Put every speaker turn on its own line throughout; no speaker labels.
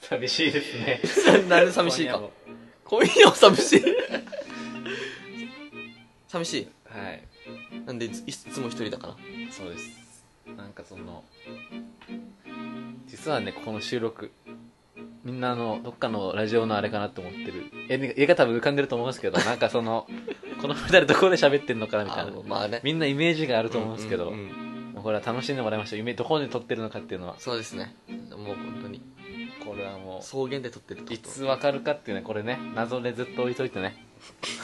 寂しいですね
なん で寂しい
今夜
か
も
今夜も寂しい 寂し
はい
いなんでいついつも一人だから
そうですなんかその実はねこの収録みんなあのどっかのラジオのあれかなと思ってる絵絵が多分浮かんでると思うんです けどなんかそのこの二人どこで喋ってんのかなみたいな
あまあね
みんなイメージがあると思うんですけど、
うんうんうん
もうこれは楽しんでもらいました夢どこで撮ってるのかっていうのは
そうですねもう本当に
これはも
草原で撮ってる
う
と
いつわかるかっていうねこれね謎でずっと置いといて ね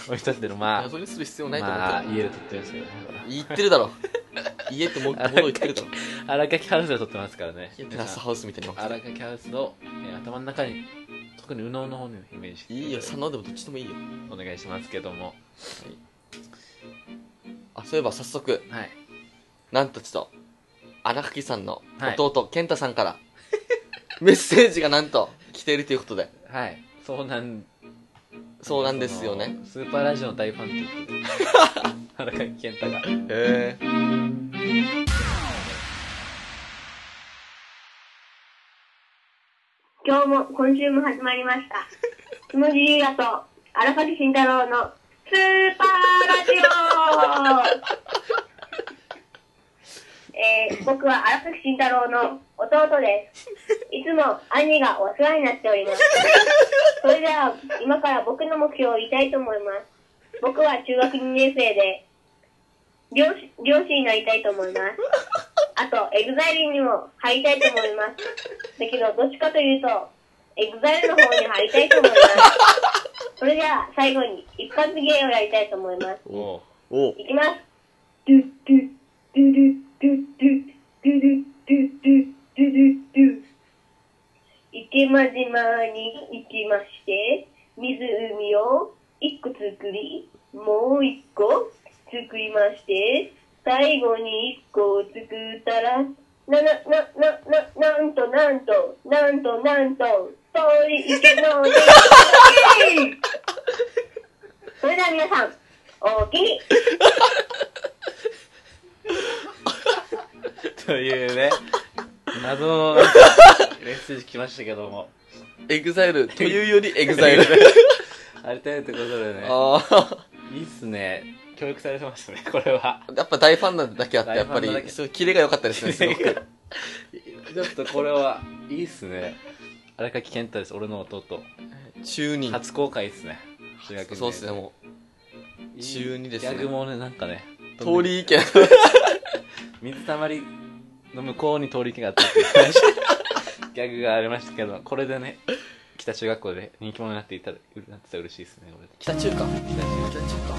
置いといてるまあ
謎にする必要ないと思
ま
っ
あ
てる、
家で撮ってるんですけどねほら
言ってるだ ろ家っても物言ってるだろ
荒垣ハウスで撮ってますからね
テラスハウスみたいに分か
荒
る
垣ハウスの、えー頭の中に特に右脳の方にイメージして
いいよ佐野でもどっちでもいいよ
お願いしますけども
あそういえば早速
はい
なんとちょっと荒垣さんの
はい
弟、健太さんからメッセージがなんと来ているということで
はいそうなん
そうなんですよね
そのスーパーラジオの大ファンという ことで荒垣健太が
へえ
今日も今週も始まりました。つむじゆうやと荒垣慎太郎のスーパーラジオえー、僕は荒垣慎太郎の弟です。いつも兄がお世話になっております。それでは今から僕の目標を言いたいと思います。僕は中学2年生で漁師漁師になりたいと思います。あと、エグザイルにも入りたいと思います。だけど、どっちかというと、エグザイルの方に入りたいと思います。それでは、最後に一発芸をやりたいと思います。
お
お
いきます。ドゥドゥドゥドゥドゥドゥドゥドゥドゥドゥドゥ池間島に行きまして、湖を一個作り、もう一個作りまして、最後に一個を作ったら、な、な、な、な、な、なんとなんと、なんとなんと、通り池の出来上がりそれでは皆さん、おおきに
というね謎のなんかメッセージ来ましたけども
エグザイルというよりエグザイル
ありたいということでね
ああ
いいっすね教育されてましたねこれは
やっぱ大ファンなんだけあってやっ
大
ぱ
ファンなだけ
りすごいキレが良かったですね すごく
ちょっとこれはいいっすね荒垣健太です俺の弟
中二
初公開ですね中学
そうですねも
いい
中二ですね
ギャグもねなんかね
う通り池
水たまりの向こうに通り池があったっていう話ギャグがありましたけどこれでね北中学校で人気者になっていたらなってたら嬉しいですねこれ
北中華
北中
北中華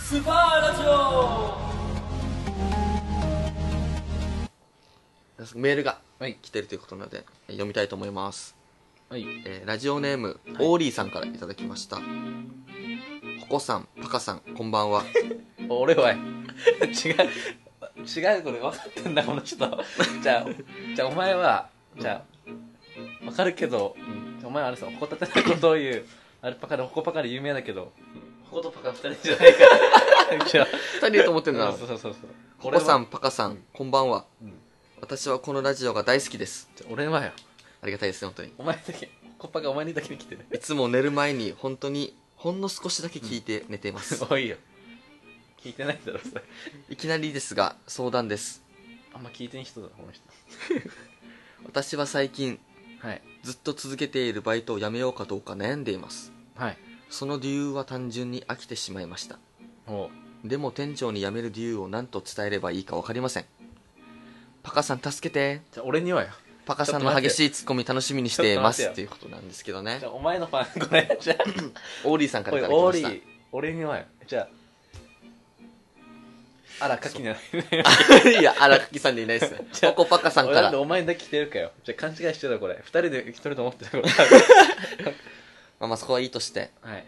スパーラジオ
メールが
はい
来てるということなので読みたいと思います、
はい
えーラジオネーム、オーリーさんからいただきましたココさんパカさんこんばんは
俺は違う違うこれ分かってんだこの人じゃあじゃあお前はじゃあ分かるけど、お前はあれさほこたてないことを言うアルパカでほこパカで有名だけどほことパカ二人じゃないから じゃあ
二人いると思ってるな
そうそうそうそう
ココさ
俺は
んパカさんこんばんは、
うん
私はこのラジオが大好きです
じゃあ俺はよ
ありがたいですね本当に
お前だけほこパカお前にだけに来て る
いつも寝る前に本当にほんの少しだけ聞いて寝てい ます、
おいよ聞いてないだろそれ
いきなりですが相談です
あんま聞いてない人だこの人
私は最近
はい
ずっと続けているバイトを辞めようかどうか悩んでいます
はい
その理由は単純に飽きてしまいました
お
でも店長に辞める理由を何と伝えればいいか分かりませんパカさん助けて
じゃあ俺にはよ
パカさんの激しいツッコミ楽しみにしてますっていうことなんですけどね
じゃあお前の ファンこれじゃあ
オーリーさんか
お
らい
い
ただき
オー
ま
リ
した
ー俺にはよじゃああらかきな
いや荒垣さんでいないですね
じゃあ
ここパカさん
俺
か
な
ら
んでお前だけ来てるかよじゃあ勘違いしてたこれ二人で一人と思ってたこ れ
まあまあそこはいいとして
はい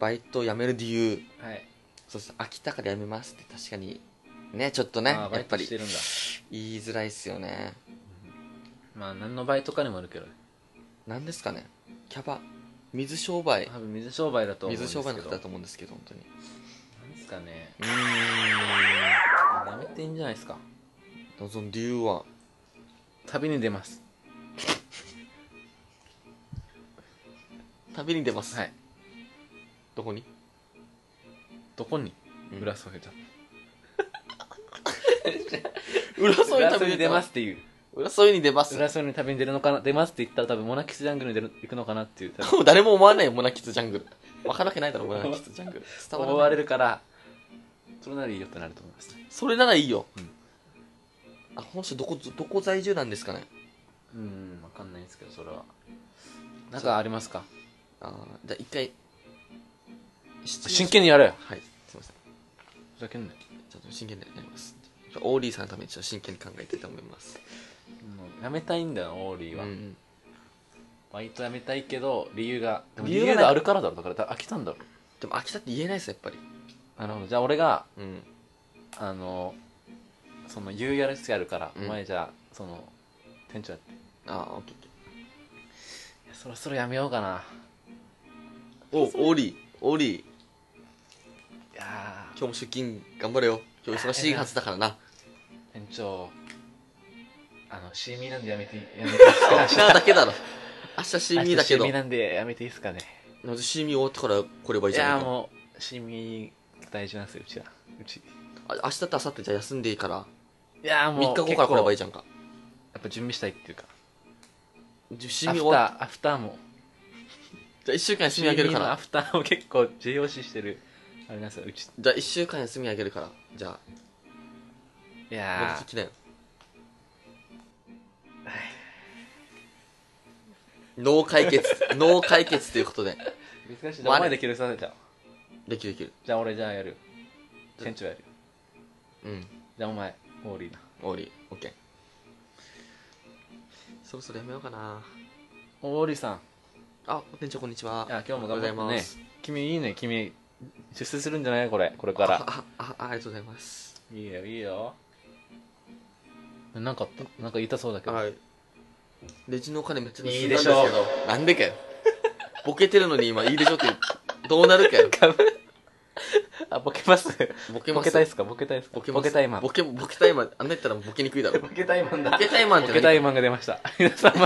バイトを辞める理由
はい
そして飽きたから辞めますって確かにねちょっとね
あ
や
ーバ
っ
イ
ぱ
ト
り
してるんだ
言いづらいっすよね
まあ何のバイトかにもあるけどね
何ですかねキャバ水商売
多分水商売だと思うんで
水
すけど
商売の方だと思うんですけど本当に
なんですかね
うーん
やめていいんじゃないですか
その理由は
旅に出ます
旅に出ます。
はい
どこに
どこに
うん
裏添えちゃっ
浦
た、
添
裏
に旅
添え
に
に出
出ま
ますす。っていう
浦添に出ます。
裏添えに旅に出るのかな出ますって言ったら多分モナキスジャングルに出る行くのかなっていう多 分
誰も思わないよ、モナキツジャングル。わかるわけないだろ、モ ナキツジャングル。伝わ
思
らない
われるからそれならいいよってなると思いますね
それならいいよ。
うん
あ、この人どこ、どこ在住なんですかね。
うんわかんないですけどそれはなんかありますか
あーじゃあ一回。質問
真剣にやれよ
はい、すいません。
ふざけんなよ
ちょっと真剣でやります。ちょオーリーさんのためにちょっと真剣に考えたいと思います。
やめたいんだよオーリー
う
は、
ん。
バイトやめたいけど理由がでも
理
理
由がな
由
い
があるからだろだからだ飽きたんだろ
でも飽きたって言えないです、やっぱり。
なるほどじゃあ俺が
うん。
あのその言うやるやるから、
うん
お前じゃあその店長やってい
あー、オッケー
やそろそろやめようかな
オッケー。お、オーリー、オーリー、
いやー
今日も出勤頑張れよ。今日忙しいはずだか らな。
店長あの CM なんでやめていやめて
明日だけだろ。明日 シーミーだけど。
CM なんでやめていいですかね
なぜシーミー終わってから来ればい
い
いじゃ
や
ないか。
もう CM 大事なんですようちはうち
あ明日と明後日じゃあ休んでいいから。
いやー
3
もう
日後から来ればいい
結
じゃんか。
構やっぱ準備したいっていうか
シ
ア
ーミー
フ
終わっ
ターアフターも
じゃあ1週間休みあげるか
CM のア
ら。
フターも 結構重要視してるあれなんですようち
じゃあ1週間休みあげるから。じゃ
い
あ、
や
戻ってきなよ。脳解決。脳解決ということで。
ー難しい
まあ
お前できるさせちゃう
できるできる。
じゃあ俺じゃあやる店長やる
うん。
じゃあお前オーリーな
オーリー、オッケー。そろそろやめようかな。
オーリーさん
あ、店長こんにちは。
いや今日も頑張
おはようご
って
ざ
ね
います。
君いいね君出世するんじゃないこれこれから
あああ、ありがとうございます。
いいよいいよなんかあったなんか言いたそうだけど
はい。レジのお金めっちゃ盗んだん
いい
で
ですし
けど
ょう。
なんでかよ。ボケてるのに今いいでしょって言う。どうなるかよ。
あボケます
ボケ
ボ
ます
ケたいっすかボケたいっすか
ます
ボケたいマン
ボケ、ボケタイマン。あんな言ったらボケにくいだろ。ボ
ボケたいマンだ
ケタイマンっ
ボ
て
ケた
何
いマンが出ました皆様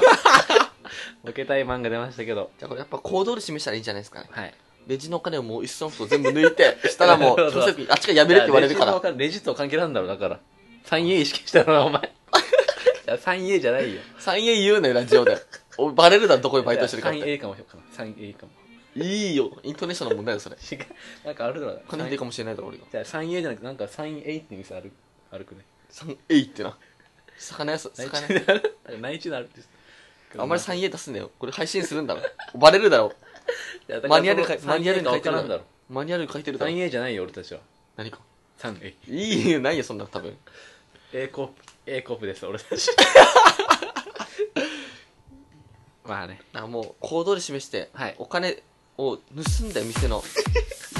ボケたいマンが出ましたけど
じゃあこれやっぱ行動で示したらいいんじゃないですかね。
はい
レジのお金をもう一層と全部抜いて、したらもう、
そうそう
直接あっちがやめるって言われるか
いやレジ
ら
と。レジと関係なんだろうだから 3A 意識したのはお前いや 3A じゃないよ
3A 言うなよ、ラジオで。おバレるだろ、どこでバイトしてるからって。
3A かもしれない 3A かも
いいよ。イントネーションの問題だよ、それ。
違うなんかあるだろう
金でかもしれないだろ、俺が。
じゃあ 3A じゃなくてなんか 3A って店あるあるくね
3A ってな。魚屋さん、
内
魚
地
屋
である内地であるって
あんまり 3A 出すんだよ。これ配信するんだろ。バレるだろ。
いやだから
マニュアルか、
その
マニュアルに書い
3A が
てる
分からんだろ
マニュアルに書いてるだろ。
3A じゃないよ俺たちは
何か。
3A
いいよ、ないよ、そんな、多分。
A コープ A コープです俺たち まあね
あ、もう、行動で示して、
はい
お金を盗んだよ、店の。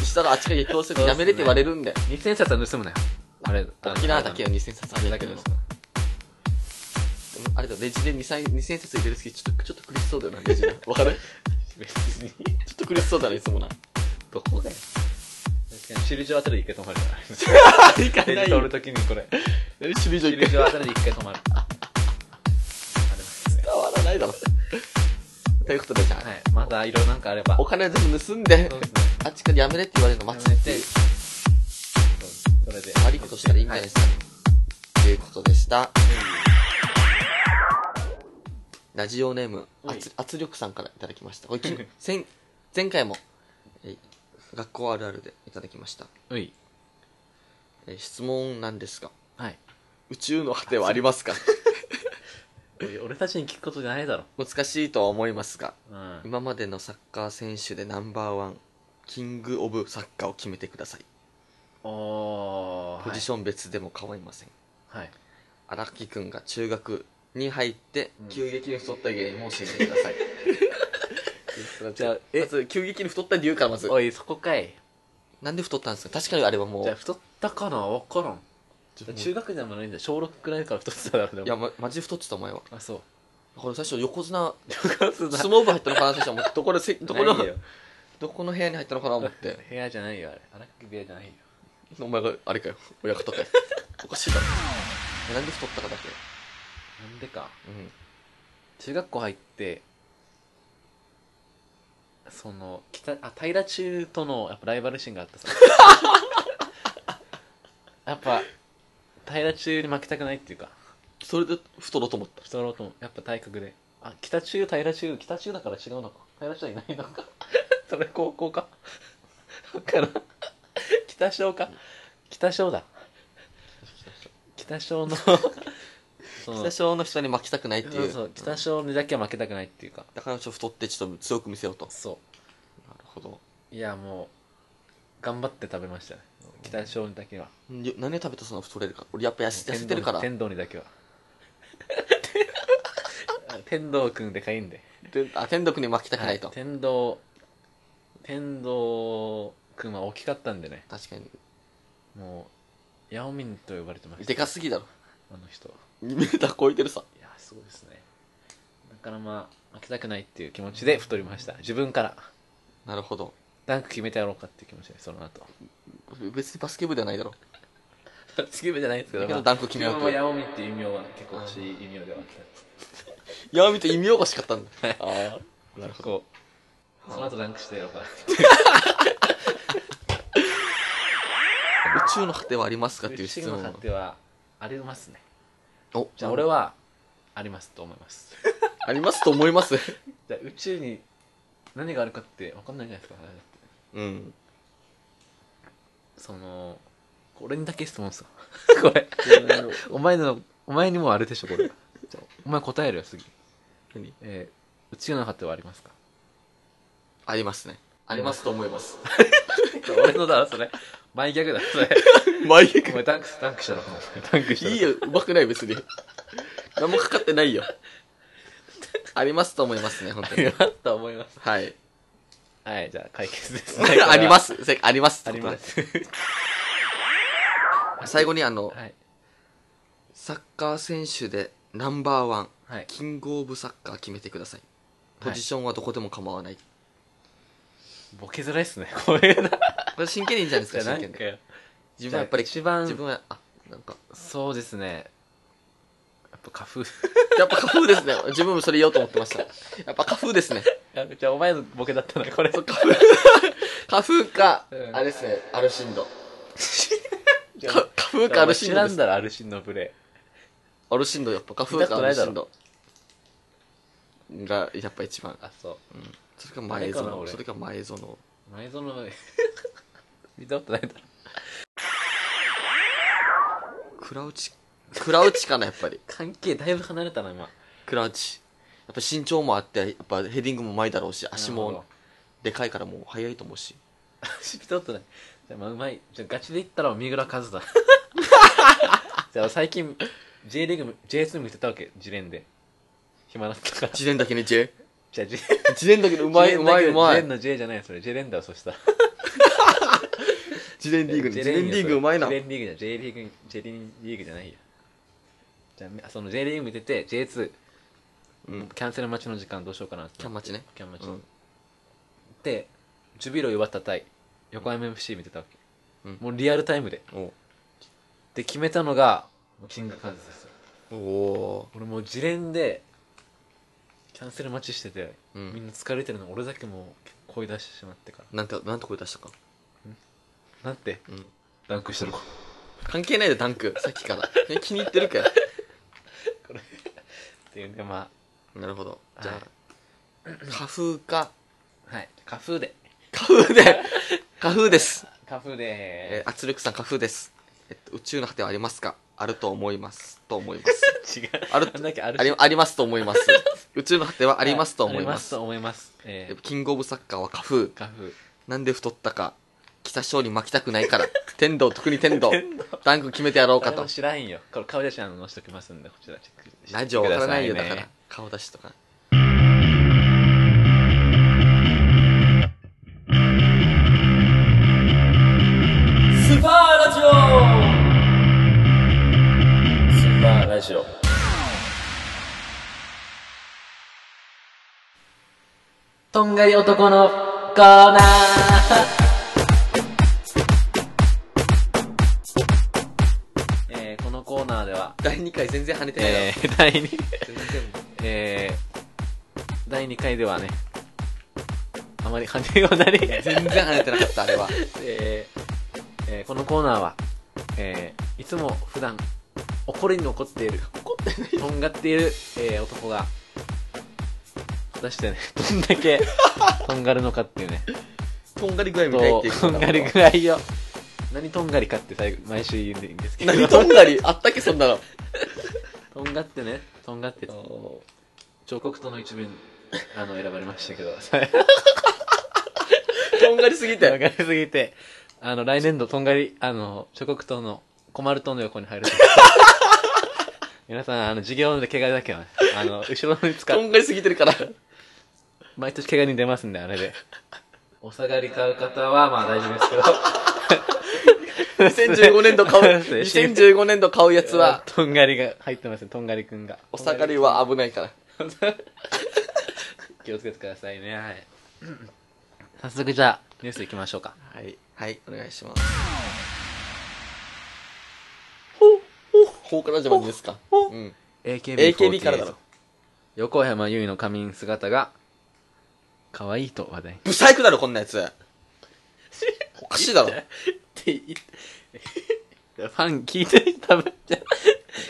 したら、あっちが激高する。やめれって言われるんで。
2000冊は盗むなよあれ
沖縄だけよ、2000冊
あ
あ
れ
れ
だ
だ
け
け
ど
ど。あれだ、レジで2000 2000冊入れる好き、ちょっと、ちょっと苦しそうだよな、レジで。わかる
別 に
ちょっと苦しそうだな、いつもな。
どこだよ確かにシルジョあたりで一回止まる
あ、いか
な手に取るときにこ れ
え、首
シ
以
ル
上
ジョあたりで一回 止まるありますね
伝わらないだろ。ということで、じゃあ、
はいまた色なんかあれば
お金全部盗んで
そうですね、
あっちからやめれって言われるの待
やめ
つっ
て
ていう、
そうそれで
悪いことしたらいいんじゃないですか。ということでした。ラジオネーム、
はい
圧圧力さんからいただきました。これき前前回も、えー学校あるあるでいただきました。
うい
えー質問なんですが、
はい
宇宙の果てはあります か
おい俺たちに聞くことじゃないだろ
難しいとは思いますが、
うん
今までのサッカー選手でナンバーワン、キングオブサッカーを決めてください。
おー
ポジション別でも構いません。
はいはい
荒木くんが中学に入って、
うん
急激に太った原因を教えてください じゃあ
え
まず急激に太った理由からまず
おいそこかい
なんで太ったんですか確かにあれはもう
じゃあ太ったかなわからん
ちょっともう
中学でもないんだよ小6くらいから太ってただろでも
いや、ま、マジで太ってたお前は
あそう
これ最初横 綱
部
相撲部入ったのかな最初は思ってどこでせどこの
ないよ
どこの部屋に入ったのかな思って
部屋じゃないよあれ荒木部屋じゃないよ
お前があれかよ親方かよ おかしいだろなんで太ったかだけ
なんでか
うん
中学校入ってその北あ平中とのやっぱライバル心があ ってさやっぱ平中に負けたくないっていうか
それで太ろうと思った
太ろうともやっぱ体格であ北中平中北中だから違うのか平中はいないの かそれ高校かだから北小か北小だ北小 のその
北小の人に負けたくないって
そ
いうう
そう北小にだけは負けたくないっていうか
だからちょっと太ってちょっと強く見せようと
そ
なるほど
ういやもう頑張って食べましたね北小にだけは
んよ何を食べたらそんな太れるか俺やっぱ痩せ痩せてるから
天童にだ けは天童くんでかいんで
であ天毒に負けたくないと、
はい天童天童くんは大きかったんでね
確かに
もうヤオミンと呼ばれてました
でかすぎだろ
あの人い
2メーター超えてるさ
やすごいですねだからまあ負けたくないっていう気持ちで太りました自分から
なるほど
ダンク決めてやろうかっていう気持ちでその 後
別にバスケ部ではないだろ
次目じゃないですけど、
だけど
まあ
ダンク決めよう
自
と
分もヤオミンっていう異名は結構惜しい異名ではあった
やめて意味おかしかったんだあ
なるほど。その後ダンクしてやろうか。
あ宇宙の果てはありますかっていう質
シグ
問
の勝手は、ありますね。
お
じゃあ俺は、ありますと思います。
ありますと思います
じゃあ宇宙に何があるかって分かんないじゃないですか。だって
うん
その、俺にだけ質問 するこれ、お前の、お前にもあるでしょ、これ。じゃあお前答えるよ、次。
何
えー、宇宙の果てはありますか
ありますねありますと思い ます
俺のだろ、それ。前ギャグだ、それ。
マイク
お前ダンクし、ダンクしたろ。ダンクしたろ。
いいよ、うまくない別に。何もかかってない よ。ありますと思いますね、本当に。
あると思います。
はい。
はい、じゃあ解決ですね。。
ありますす。せあります
あ
って
り
こと
ま。
です最後に、あの、
はい。
サッカー選手でナンバーワン、
はい。
キングオブサッカー決めてください。ポジションはどこでも構わない。
ボケづらいっすね。 これな。
これ真剣でいいんじゃない
じ
で
ゃ
す
な
か、
ん
真剣
か
で。、自分はやっぱり、
一番
自分は、あ、なんか、
そうですね。やっぱ花粉。
やっぱ花風ですね。自分もそれ言おうと思って ました。やっぱ花風ですね。
じゃ あお前のボケだったな、これ。
花風。花風か
う、ん
あれですね、アルシンド。か花風かアルシンド
な
で
ん
す。
だろ、アルシンのブレ。
アルシンドやっぱ花
見
風
た
か
こと
ア
な
ル
いだ
シ
ろ
ンドがやっぱ一番
あ、そう。
それか前
あれかな
園
俺
それか前園
前 園、見たことないだろ。
クラウチクラウチかなやっぱり
関係だいぶ離れたな、今。
クラウチやっぱ身長もあってやっぱヘディングも前だろうし足
なる
も
ほ
でかいからもう速いと思うし
ど。足 見たことない。じゃあ、まあ、うまい。じゃあ、ガチで言ったら三浦和 だ。じゃあ、最近、J リーグ、J2 見てたわけ、自連で。暇だったから。
一年だけね J
じゃあ、J、
一年だけねうまいうまいうま
ジ
い
ェンの J じゃないよそれジェレンだわそしたら
一年リーグ
ジ
一
ェレンよ
年リーグうまいな
ジェレンリーグじゃ J リーグジェレンリーグじゃないよじゃあその J リーグ見てて J2
うん
キャンセル待ちの時間どうしようかなって
キャンマチね
キャン待ち、
うん
でジュビロ磐田対横浜 FC 見てたわけ、
うん
もうリアルタイムで
お
で決めたのがキングカズですよ
お
俺もうジレンでキャンセル待ちしてて、
うん
みんな疲れてるの俺だけもう声出してしまってから
ーなんてなんて声出したか
なんて
うん
ダンクしてる子
関係ないでダンクさっきからね気に入ってるかよ
っていうねま
なるほどじゃ
は
あ花風か
あはい花風で
花風で花風です、
花風
え
で
ー圧力さん花風です、えっと、宇宙の果てはありますかあると思いますと思います
違う
ある
なんだっけある
ありありますと思い ます宇宙の果てはありますと思いま
あります
す
と思いますえ
え
ー
キングオブサッカーは花風
花風
なんで太ったか北勝に負けたくないから天道特に天道ダンク決めてやろうか
誰も
と
知らんよこれ顔写真あの載せときますんでこちらチェックして
ラジオわからないよだか
く
ら顔出しとか
スーパーラジオ
ださいねスーパーラジオとんがり男のコーナーえーこのコーナーでは
第2回全然跳ねてないよ、
えー、第2
全然
えー、第2回ではね、あまり跳ねるようになり、
全然跳ねてなかった、あれは。
えーえーこのコーナーは、えーいつも普段怒りに怒っている怒ってないとんがっている、えー男が果たしてね どんだけとんがるのかっていうね
とんがり具合みたいっていう
と
こと
ん
な
がり具合を何とんがりかって最後毎週言うんでいいんです けど
何とんがりあったっけ、そんなの。
とんがってねとんがって彫刻刀の一面あの選ばれましたけ ど
とんがりすぎ
とん
て。
がりすぎてあの来年度とんがりあの彫刻刀のコマル島の横に入る 皆さんあの授業で怪我だけはねあの後ろに使
と
うん
がりすぎてるから。
毎年怪我に出ますんであれでお下がり買う方はまあ大丈夫ですけど
2015年度買う、
そうです
2015年度買うやつは、
とんがりが入ってますねとんがりくんが
お下がりは危ないから。
気をつけてくださいねはい早速じゃあニュースいきましょうか
はい。はい、お願いします。ほうからじゃないですか。うん
AKB48
AKB からだろ。
横山由依の仮眠姿が可愛いと話 題
ブサイクだろ、こんなやつ。 おかしいだろ。
って言って、ファン聞いてる人多分じゃ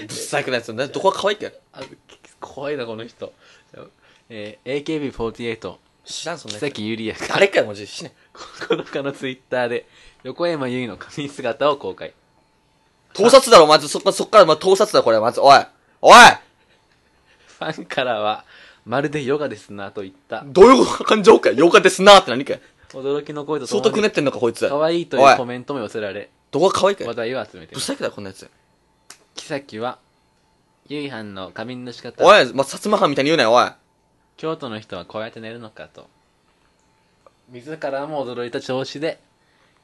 ブサイクなやつ。などこが可愛いか
あ、怖いな、この人。えー、AKB48、
知らん、そんな
木
やつ。
崎ゆりやが、
誰かよ、文字。死ね。
9日のツイッターで、横山由依の仮眠姿を公開。
盗撮だろ、まず、そこ、そこから、まあ、盗撮だ、これ、まず、おい。おい
ファンからは、まるでヨガですな、といった、
どういう感情かよ洋画ですなーって何かよ
驚きの声と
相当
と
く
も
ねっ
に、
てんのか、こいつ。
可愛いと
お
いう
い
コメントも寄せられ、
どこが可愛いか
話
よ。
題を集めてい
ブ
ます。
サイクだろ、こんなやつ。
木崎は、ゆいはんの仮眠の仕方、
おい、まあ、薩摩藩みたいに言うなよ、おい。
京都の人はこうやって寝るのかと自らも驚いた調子で、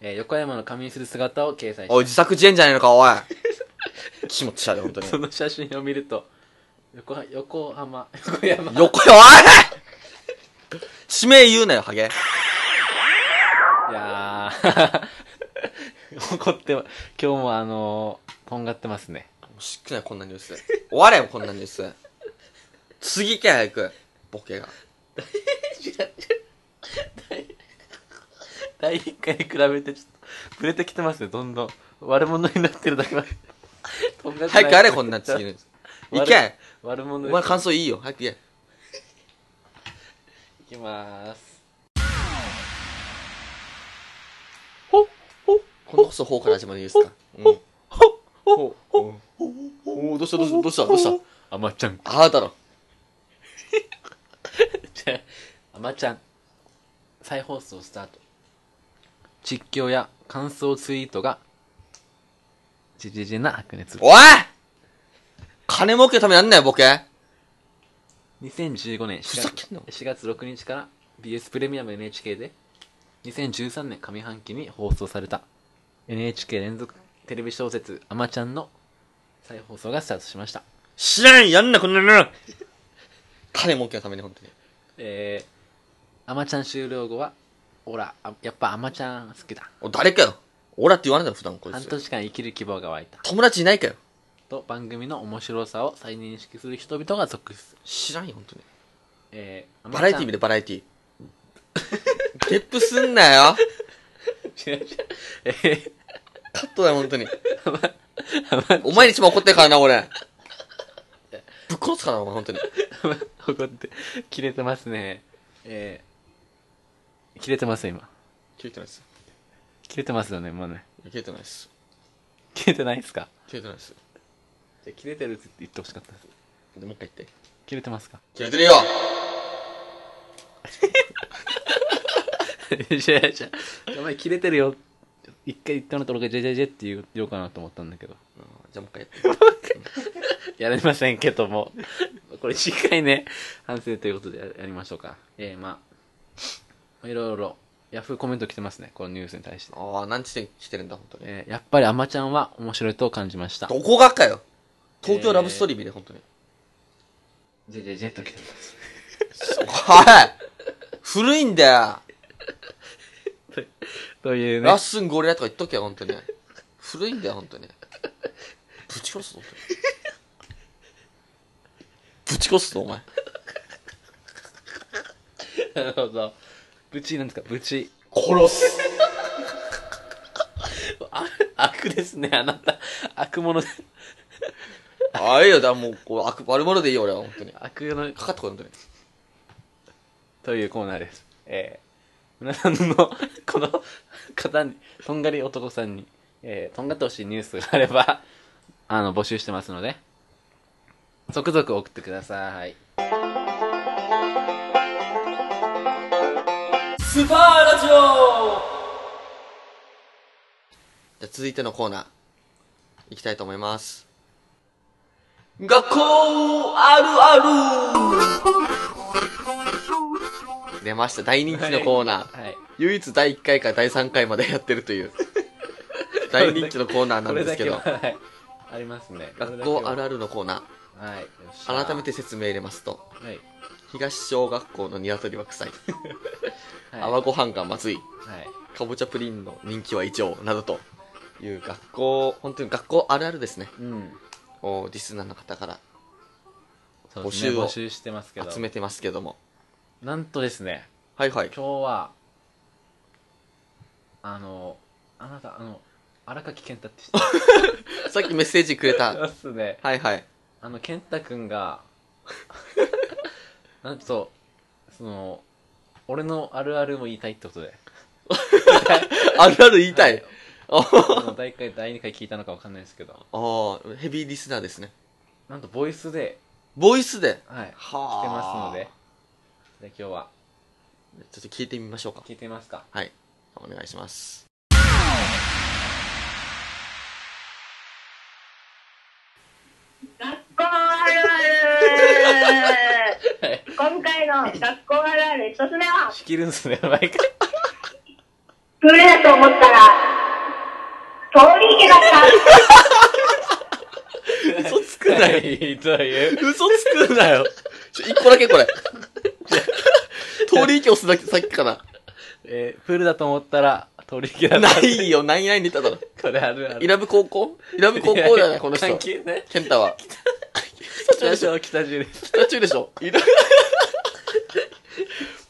えー横山の仮眠する姿を掲載
おい、
し
自作自演じゃないのか、 おい。気持ち悪い、本当
た
に
そ。の写真を見ると横は横浜 横山
横よ、おい指名言うなよ、ハゲ。
いやー 怒っては今日もあのー、とんがってますね
しっくない、こんなニュース。終われよ、こんなニュース。次行け、早く。ボケが。
第1回に比べてちょっとぶれてきてますねどんどん悪者になってるだけだとんがってない
早くやれ、こんな次のニュース。行け
悪
お
者
前
です
感想いいよ、早く言え。
いきまーす
今度こそ、方から始まるニュースか。うん。ほほほおどうした、どうした、どうした、どうした。
あまちゃん
ああだろ。
じゃあ、あまちゃん、再放送スタート。実況や感想ツイートが、じじじな白熱。
おい金儲けのためになんなよ、ボケ。
2015年
ふざけんな
4月6日から BS プレミアム NHK で、2013年上半期に放送された NHK 連続テレビ小説あまちゃんの再放送がスタートしました。
知らん、やんな、こんなの。金儲けのために、本当に。
えー、あまちゃん終了後は、ほら、あやっぱあまちゃん好きだ。
お、誰かよ。オラって言わないだろ、普段こい
半
つ。
年間生きる希望が湧いた。
友達いないかよ。
と番組の面白さを再認識する人々が続出、
知らんよ、本当に。
えー、
バラエティー見るバラエティー。ゲップすんなよ。
違う違う えー
カットだよ、本当に。お前に一番怒ってるからな、俺。ぶっ殺すからな、お前、本当に。
怒って切れてますねえー、切れてますよ今
切れてないです。
切れてますよね今ね
切れてないです。
切れてないですか
切れてないです。
じゃ切れてるって言ってほしかったです
でもう一回言って。
切れてますか
切れてるよ
いやいやいやお前切れてるよ一回言ったのと俺がジェジェジェって言う言おうかなと思ったんだけど
うんじゃあもう一回
やれませんけども。これ次回ね、反省ということでややりましょうか。えー、まあ、いろいろ、ヤフーコメント来てますね、このニュースに対して。
ああ、何して来てるんだ、本当に。
えー、やっぱりアマちゃんは面白いと感じました。
どこがかよ。東京ラブストーリー見れ、本当に。
ジェジェジェっと来てます。
はい古いんだよ。
というね
ラッ、スンゴリラとか言っとけよ、本当に。古いんだよ、本当に。ぶち殺すぞ、本当に。ぶち殺すぞ、お前。
なるほど。ブチなんですかブチ
殺す。
あ悪ですねあなた悪者で
あれよ、だからもう、こう、悪、悪者でいいよ、俺は、本当に。
悪の
かかってこい、本当に。
というコーナーですえー、皆さんの この方にとんがり男さんに、えー、とんがってほしいニュースがあれば あの募集してますので続々送ってください
スパーラジオ
じゃあ続いてのコーナー、いきたいと思います。学校あるある出ました、大人気のコーナー。
はい
唯一第1回から第3回までやってるという、大人気のコーナーなんですけど
こ、れだけははいありますね
学校ある
る
あるのコーナ
はいよっしゃ
ー、改めて説明入れますと、
はい
東小学校の鶏は臭い、
はい
泡ご飯がまずい、
はい
かぼちゃプリンの人気は異常などという学校、本当に学校あるあるですね。
うん
をリスナーの方から
そうですね
募集を
募集してますけど
集めてますけども。
なんとですね
はいはい。
今日はあのあなたあの荒垣健太って知って
さっきメッセージくれた。
ますね
はいはい。
あの健太くん がなんとその俺のあるあるも言いたいってことで
あるある言い たい。あ
あの第1回第2回聞いたのかわかんないですけど
あー、ヘビーリスナーですね。
なんとボイスで
ボイスで。
はい
は
来て
あ。
ますのでで今日は
ちょっと聞いてみましょうか。
聞いてみますか
はい。お願いします。
学校あるある
はい
今回の学校あるある一つ目は、
仕切るんすね毎回
プールだと思ったら、通り池だった。
嘘つくな
は
よ。
いという
嘘つくなよ。ちょ、一個だけこれ。通り息押すだけ、さっきから。
えープールだと思ったら取り引きだった
ないよ、ないないネタだろ。
これあるある
イラブ高校イラブ高校だね、この人。
関
ケ
係ない
ンタは。
北中北中です
北中でしょいら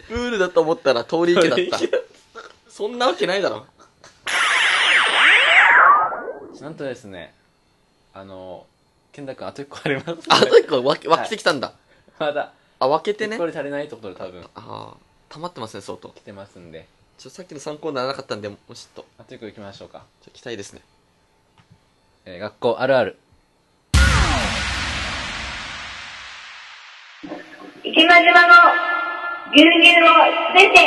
プールだと思ったら通り池だった
通り池。
そんなわけないだろ。
なんとですねあの健太君あと1個あります
あと一個分け分けてきたんだ。
まだ
あ、分けてね
1個。で足りないところで多分
ああ、溜まってますね、相当。
来てますんで
ちょ、さっきの参考にならなかったんで、もうちょっと、
あと1個いきましょうか、
ちょ期待ですね。
えー学校あるあ る
池間島の牛乳を全て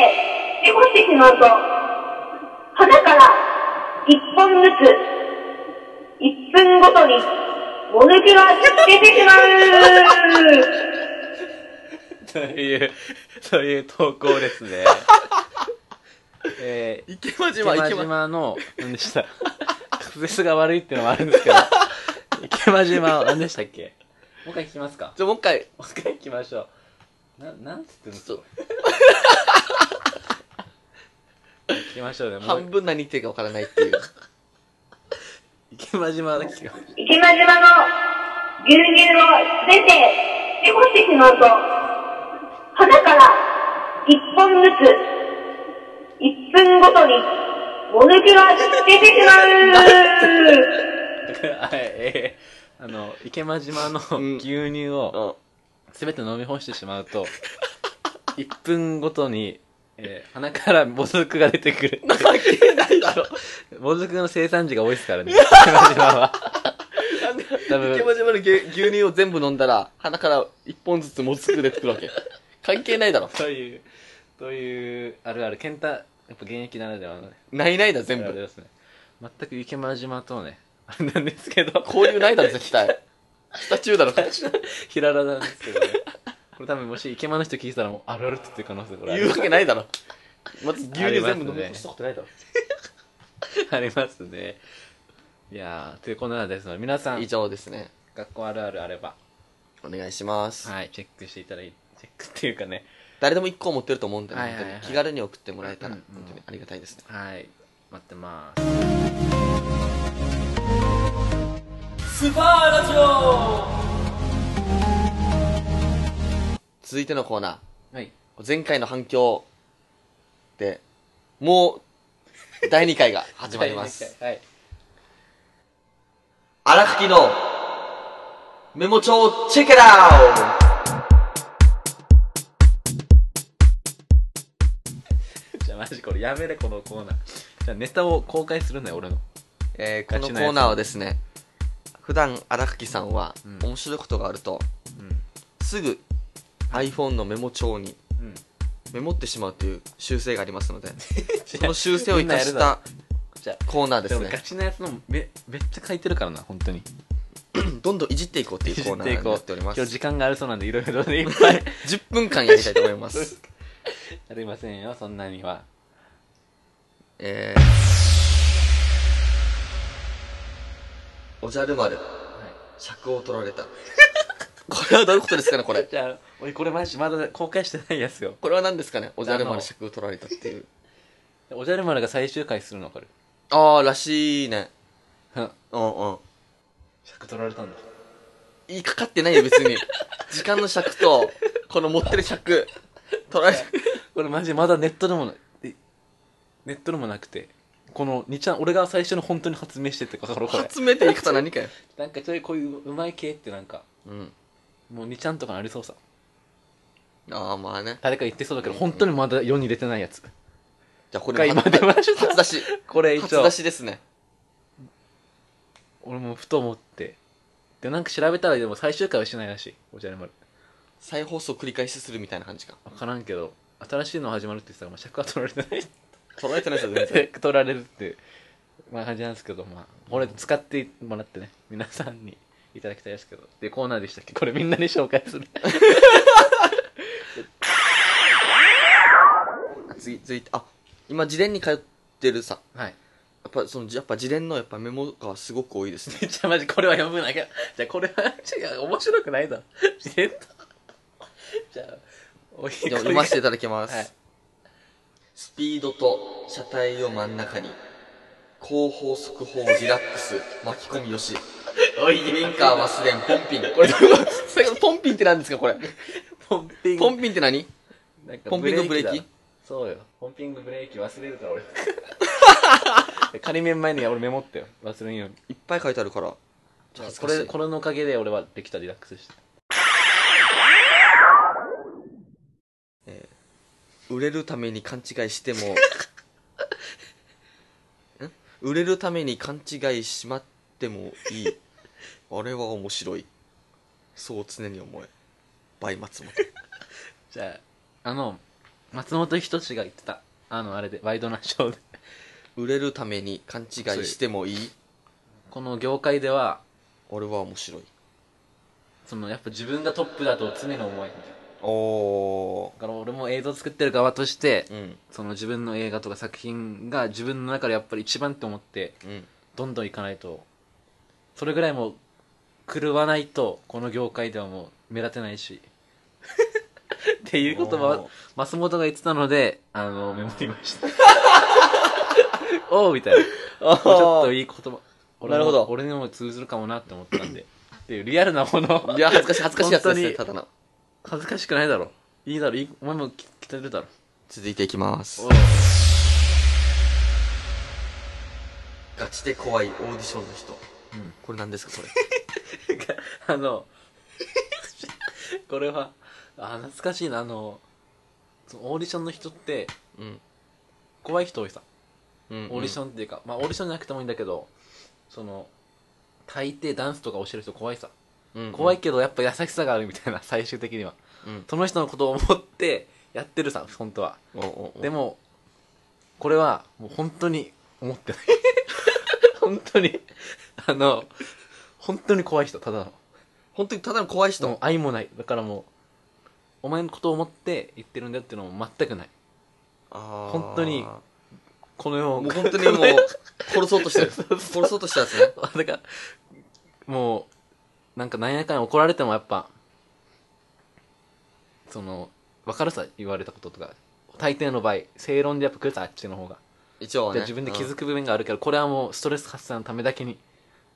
過ごしてしまうと、花から一本ずつ、一分ごとに、モルクが出てしまう。
というという投稿です ねえー
池間島、
池間
池間島。
島の何でした滑舌が悪いっていうのもあるんですけど池間島は何でしたっけもう一回聞きますか
じゃあもう一回、
もう一回行きましょう。な、なんつってんの
ちょっと
聞きましょうね。も
半
う、
分何言ってるか分からないっていう。
池間島だけ聞きましょう。
池間島の牛乳を全て過ごしてしまうと、花から一本ずつ、一分ごとに、モルクが出てしまう。
はい、えーあの、池間島の
ん
牛乳を
うん。
すべて飲み干してしまうと、1分ごとに、えー鼻からもずくが出てくる。
関係ないだろ。
もずくの生産地が多いですからね、池間島は。多分
池間島の牛牛乳を全部飲んだら、鼻から一本ずつもつく出てくるわ け。関係ないだろ。
という、という、あるある、健太、やっぱ現役ならではのね、
ない ないだ、全
あれ
部。
ですね全く池間島とのねあれなんですけど
交流ないだろ、絶対。スタチュー だろ。
平らなんですけどねこれ多分もし池間の人聞いたらもうあるあるって言ってる可能性これあ
言う
り
わけないだろ。まず牛
あ
乳
ります
全部
ね
飲み干したことないだろ。
ありますねいやーというこんなですので皆さん
以上ですね。
学校あるあるあれば
お願いします。
はいチェックしていただいてチェックっていうかね
誰でも一個持ってると思うんで、
はいはい
本当
はい
に気軽に送ってもらえたら、
うんうん
本当にありがたいですね。
はい待ってます
スパーラジオ
続いてのコーナ
はい
ー。前回の反響って、もう、第2回が始まり ます。
はい
荒吹のメモ帳チェケラー
じゃあマジこれやめれこのコーナーじゃあネタを公開するね俺の
えーこのコーナーはですね、普段荒吹さんは
うん
面白いことがあると、
うん
すぐ iPhone のメモ帳に
うん
メモってしまうという習性があります ので、そ
違
の
う
修正を生か
みん
し
なや
た
じゃ
コーナー
あ
です
俺ガ
ね。
チなやつのめめっちゃ書いてるからな本当に
どんどんいじっていこうっていうコーナーになっておりま
今日時
す。
間 があるそうなんでいろいろねいっぱい
10分間やりたいと思い ま。
そうですありませんよそんなには
えー、おじゃる丸、尺を取られた。こ れはどういうことですかね、これ。
じゃあ俺これマジまだ公開してないやつよ
これは何ですかねおじゃる
あ
丸
の
尺を取られたっていう。
おじゃる丸が最終回するのこれ
ああ、らしいね。
うん
うんうん。
尺取られたんだ
言いかかってないよ、別に。時間の尺と、この持ってる尺、取られた。
これマジまだネットでもなえネットでもなくてこの2ちゃん俺が最初に本当に発明してってことこれこれ
発明って言い方何かよ。
なんかちょいこういううまい系ってなんか
うん。
もう2ちゃんとかにありそうさ
ああ、まあね。
誰か言ってそうだけど本当にまだ世に出てないやつ
じゃあこ
が
れ
今出ました
初出し。
これ一
初
応
出しですね。
俺もふと思ってでなんか調べたらでも最終回はしないらしいおじゃる丸
再放送繰り返しするみたいな感じか。
分からんけど新しいの始まるって言ってたからまあ尺は取られてない
取られてないですよ、全然。
で 取られるっていう、まあ、感じなんですけど、まあ、これ使ってもらってね皆さんにいただきたいですけどでコーナーでしたっけこれみんなに紹介する
次、続いて、あ、今、自伝に通ってるさ。
はい
やっぱ、その、やっぱ自伝のやっぱメモがすごく多い ですね。
じゃあマジこれは読むなきゃじゃあこれは違う面白くないだろ自然とじゃあおい
では読ませていただきます。
はい
スピードと車体を真ん中に、後方速報リラックス、巻き込みよ し。
おい
ウインカー忘れん、ポンピン。これ、それポンピンって何ですか、これ。
ポンピング
ポンピンって何
なんか
ポンピングブレーキ
だそうよポンピングブレーキ忘れるから俺仮面前に俺メモったよ忘れんように
いっぱい書いてあるから。
じゃあ
恥ず
こ
かしい
れこれのおかげで俺はできたリラックスした
売れるために勘違 いしても、ん売れるために勘違いしまってもいい。あれは面白い。そう常に思え。バイ松本。
じゃああの松本人志が言ってたあのあれでワイドナショーで
売れるために勘違いしてもいい。
この業界では
俺は面白い。
そのやっぱ自分がトップだと常に思え
お
だから俺も映像作ってる側として、
ー。うん。
その自分の映画とか作品が自分の中でやっぱり一番って思って
うん。
どんどんいかないとそれぐらいもう狂わないとこの業界ではもう目立てない しっていう言葉
おー
を松本が言ってたのであのメモりました おおみたいな
あ
ちょっといい言葉俺も
なるほど
俺にも通ずるかもなって思ったんでっていうリアルなもの
いや、恥ずかしい、恥ずかしいやつですね、
本当
た
に
だの。
恥ずかしくないだろいいだろいいお前もき着てるだろ
続いていきます
お。う
ガチで怖いオーディションの人。
ん
これ何ですか、これ。
あの、これは、あ、懐かしいな、あの、そのオーディションの人って、
うん。
怖い人多いさ。
うん
オーディシ
ョ
ョ
ン。
ンっていうか、まあオーディションじゃなくてもいいんだけど、その、大抵ダンスとか教える人怖いさ。
うんうん
怖い。けどやっぱ優しさがあるみたいな、 最終的には。
うん。
その人のことを思ってやってるさ、本当は。
おおお
でも、これは、もう本当に思って ない。本当に、あの、本当に怖い人、ただの。
本当にただの怖い人。
もう愛もないだからもうお前のことを思って言ってるんだよっていうのも全くない
あー
本当に
も
この世を
う本当に もう、殺そうとしてる。殺そうとしたやつね。
う だからもうなんか何やかんや怒られてもやっぱその分かるさ言われたこととか大抵の場合正論でやっぱくるさあっちの方が、
一応は
で
ね。
自分で気づ
く。
く部分があるけどこれはもうストレス発散のためだけに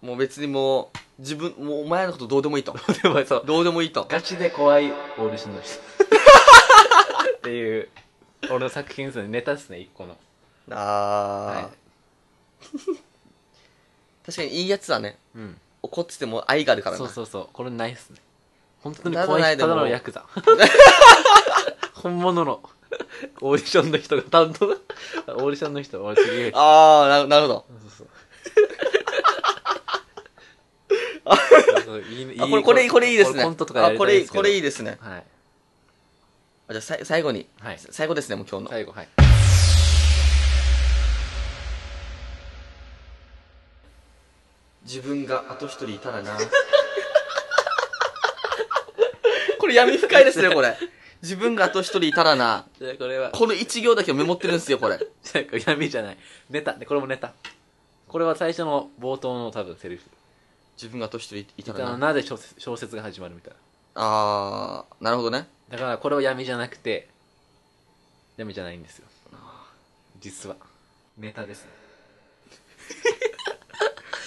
もう別にもう、自分、もうお前のことどうでもいいと。
でも そう
どうでもいいと。
ガチで怖いオーディションの人っていう俺の作品ですねネタですね一個の
ああ、
はい
確かにいいやつはね
うん
怒ってても愛があるからな
そうそうそうこれないっすね本当に
な
怖
らないい
人
で
た
も
だのヤクザ本物のオーディションの人が担当だオーディションの人俺次そう
ああななるほど
そうそうそういいねいい
あこれこれこれいいですね
コントとかやりたいですけど
あこれこれいいですね
はい
あじゃあさい最後に、
はい
最後ですねもう今日の
最後はい
自分があと一人いたら なこれ闇深いですねこれ自分があと一人いたらな
じゃあこれは
この一行だけをメモってるんですよこれ
じゃあこれ闇じゃないネタねこれもネタこれは最初の冒頭の多分セリフ
自分があと一人いた
あ
らな
のなぜ小説小説が始まるみたいな
あーなるほどね
だからこれは闇じゃなくて闇じゃないんですよ実はネタですね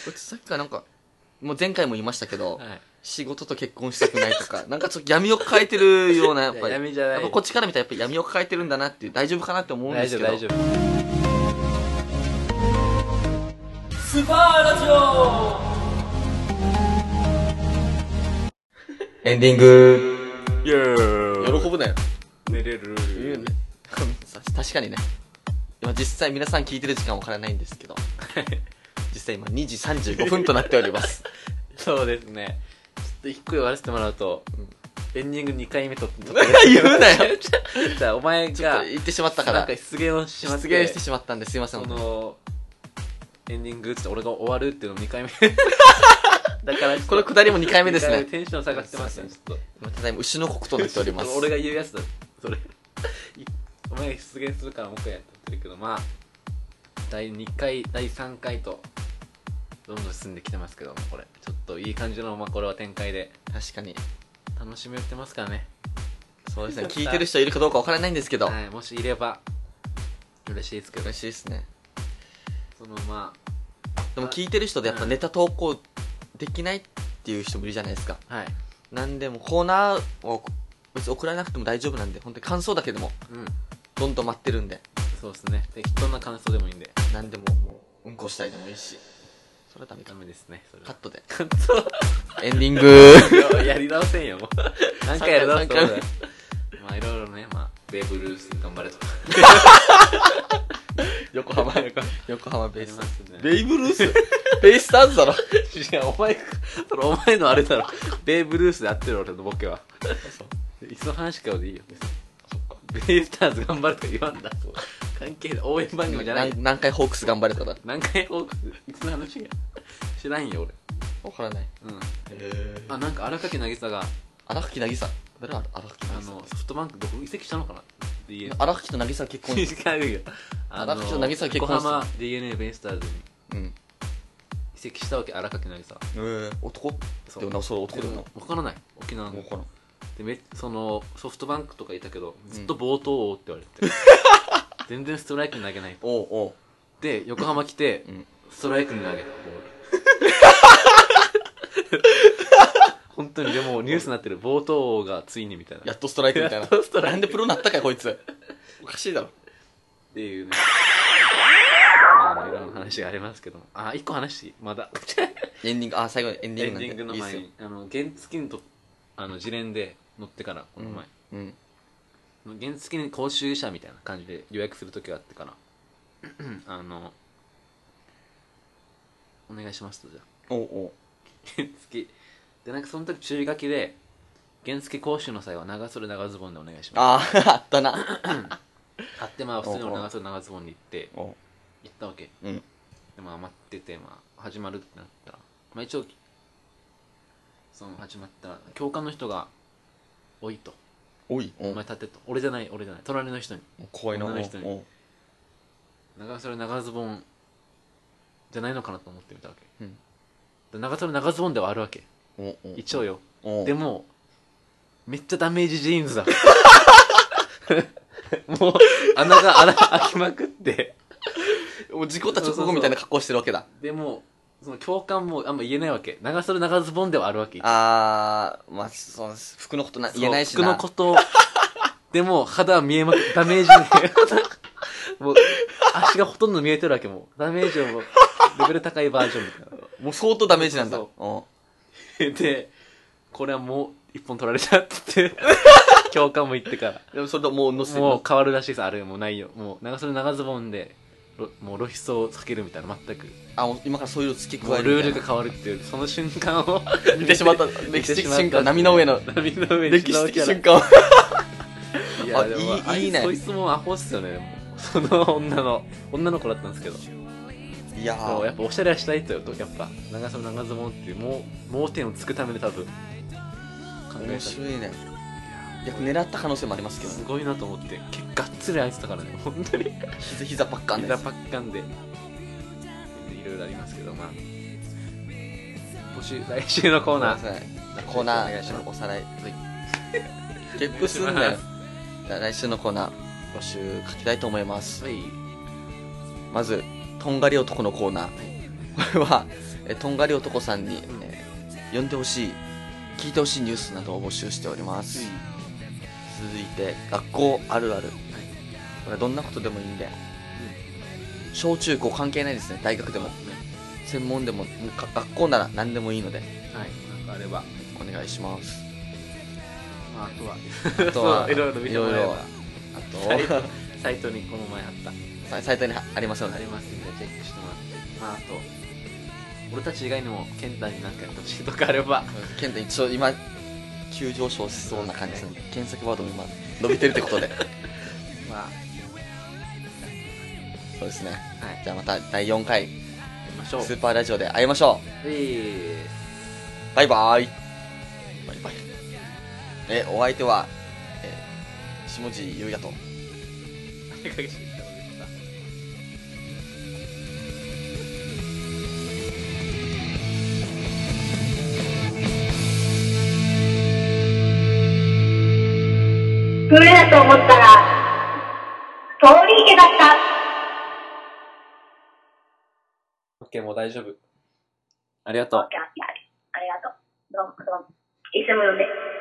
こいつさっきからなんかもう前回も言いましたけど、
はい
仕事と結婚したくないとか なんかちょっと闇を抱えてるようなやっぱ
い
り
や闇じゃない
やっぱこっちから見たらやっぱり闇を抱えてるんだなっていう大丈夫かなって思うんで
大
す
丈
け
夫大丈
ど
夫
スパラジオ
エンディング
イエー
喜ぶなよ
寝れる
言うね 確かにね今実際皆さん聞いてる時間はわからないんですけど 実際今2時35分となっております
そうですねちょっと一個言わせてもらうと、エンディング2回目撮って撮っ
言うなよ
てじゃあお前
ちょっ
が
と言ってしまったか
なん
ら
か
出
失言をしまって
現してしまったんですいません
そのエンディングっつって俺が終わるっていうの2回目 だから
このくだりも2回目です
二回
ね
テンション下がってますねちょっと
今ただいま牛の国となっておりま す
俺が言うやつだそれ いお前が出現するからもう一回やってってるけどまあ第2回第3回とどんどん進んできてますけどもこれちょっといい感じの、まあ、これは展開で
確かに
楽しみをってますからね
そうですね聞いてる人いるかどうかわからないんですけど
はいもしいれば嬉しいですけど
嬉しいですね
そのま
でも聞いてる人でやっぱネタ投稿できないっていう人もいるじゃないですか
あはい
なんでもコーナーを別に送らなくても大丈夫なんで本当に感想だけでも
うん
どんどん待ってるんで
そうですね適当な感想でもいいんで
何でもうんこしたいでもいいしそれはダメか
ダメですねそれ
カッ
は
トでエンディン グ
いややり直せんよもう何回やり直すと思う
三回
まあいろいろねまあベーブ・ルース頑張 れとか
横浜横浜ベイスター
ありますね
ズベイブルースベイスターズだろ
違う、お前、それお前のあれだろ。ベーブ・ルースで合ってる俺のボケは。いっその話からでいいよ。ベイスターズ頑張るとか言わんだ。関係ない。応援番組じゃない。
何何回ホークス頑張れたら
何回ホークス、いつの話が。知らんよ、
分からない
俺。うん。
え
あ、なんか荒垣渚が、
荒垣渚誰荒垣
あ
渚
の、ソフトバンクどこ移籍したのかな ?DNA。
荒垣と渚 結婚
違うよ。あの
荒垣と渚結婚する
横浜 DNA ベイスターズに
うん
移籍したわけ、荒垣渚。
え男
そう
でもなそれ男で
で
もな
も、わからない。沖縄の
分。からん
でめそのソフトバンクとかいたけどずっと冒頭王って言わ れて、全然ストライクに投げない
おうおう
で横浜来て、
うん
ストライクに 投げたボール本当にでもニュースになってる冒頭王がついにみたいな
や
っ
っとストライクみたい
やっとスト
な
ライク
なんでプロになったかよこいつおかしいだろ
ていうねまあいろんな話がありますけどあ一個話ま だ
エンディングあ最後にエンデ
エ
ィン
ン
グ
ディング
な
の
んでいいっ
前
す
に
よ
あの原付にとあの自連で乗ってからこの前、
うん
原付に講習者みたいな感じで予約する時があってから あのお願いしますとじゃあ
おうおう
原付でなんかその時注意書きで原付講習の際は長袖長ズボンでお願いしま
あ ああったな
す買ってまあ普通に俺長袖長ズボンに行って
おう
行ったわけ
うん
でまあ待っててまあ始まるってなったらまあ一応その始まったら教官の人が「おい」と
おい
「お前立て」と「俺じゃない俺じゃない隣の人に」
怖いな
女の
おう
人に
おう
長袖長ズボンじゃないのかなと思ってみたわけ、
うん
で長袖長ズボンではあるわけ
おうおう
一応よ、
おう
でもめっちゃダメージジーンズだ もう穴が穴開きまくって
もう事故った直後みたいな格好してるわけだ
でもその教官もあんま言えないわけ長袖長ズボンではあるわけ
あーまあそうです服のことな言えないしな
そう服のことでも、肌は見えま く、ダメージで、もう、足がほとんど見えてるわけもう。ダメージをもう、レベル高いバージョンみたいな。
もう相当ダメージなんだ。
そう
う ん。
で、これはもう一本取られちゃ ってて、教官も言ってから。
でもそれともう乗せて
もう変わるらしいさ、あれもうないよ。もう長袖長ズボンで、ろもう露出を避けるみたいな、全く。
あ、もう今からそういうの付け
も
加え
う
る
ル
みた
ー
い
ルが
な
変わるっていう、その瞬間 を
見てしまった。歴史的瞬間、波の上の。
波の上に
歴史的瞬
間。
間。
いや、
あ
でも
いい
あ
いいね
そいつもアホっすよね、でも。その女の、女の子だったんですけど。
いや
もうやっ
ー、
ぱおしゃれはしたいとよとやっぱ長袖長ズボンっていうもう盲点をつくためで多分考え
面
た
白いね。いや、狙った可能性もありますけど
す
ね。
ごいなと思って結構がっつり開いてたからね本当に
膝膝パッカンで
膝
す。
パッカンでいろいろありますけどまあ募集来週のコーナー
ごめんなさいコーナ
お願いしま
ー、
す
おさらい。ゲップすんなよ。じゃあ来週のコーナー、募集書きたいと思います。
はい
まず、とんがり男のコーナー。これは、えとんがり男さんに、えー呼んでほしい、聞いてほしいニュースなどを募集しております。続いて、学校あるある。これはどんなことでもいいんで。小中高関係ないですね、大学でも。専門でも、か学校なら何でもいいので、
はいなんかあれば
お願いします。
まああとは
あとは、
そういろいろ見てもらえば
いろいろ
サ
あ
イ
と、
サイトにこの前あった
はいサイトにありますの
あ
で、
りますんでチェックしてもらってまああと俺たち以外にも健太になんかやってほしいとかあれば
ケンタ一応今、急上昇しそうな感じですね。検索ワードも今、伸びてるってことで。
まあ
そうですね。
はい
じゃあまた第4回、
やりましょう
スーパーラジオで会いましょ
えー
う。バイバーイ。バイバイ。え、お相手は、えー、下地優也と。
手掛けしていたのでした
それだと思ったら、通り家だった。
OK もう大丈夫ありがとう
ありがとう。どうも、どうも。いつも呼んで。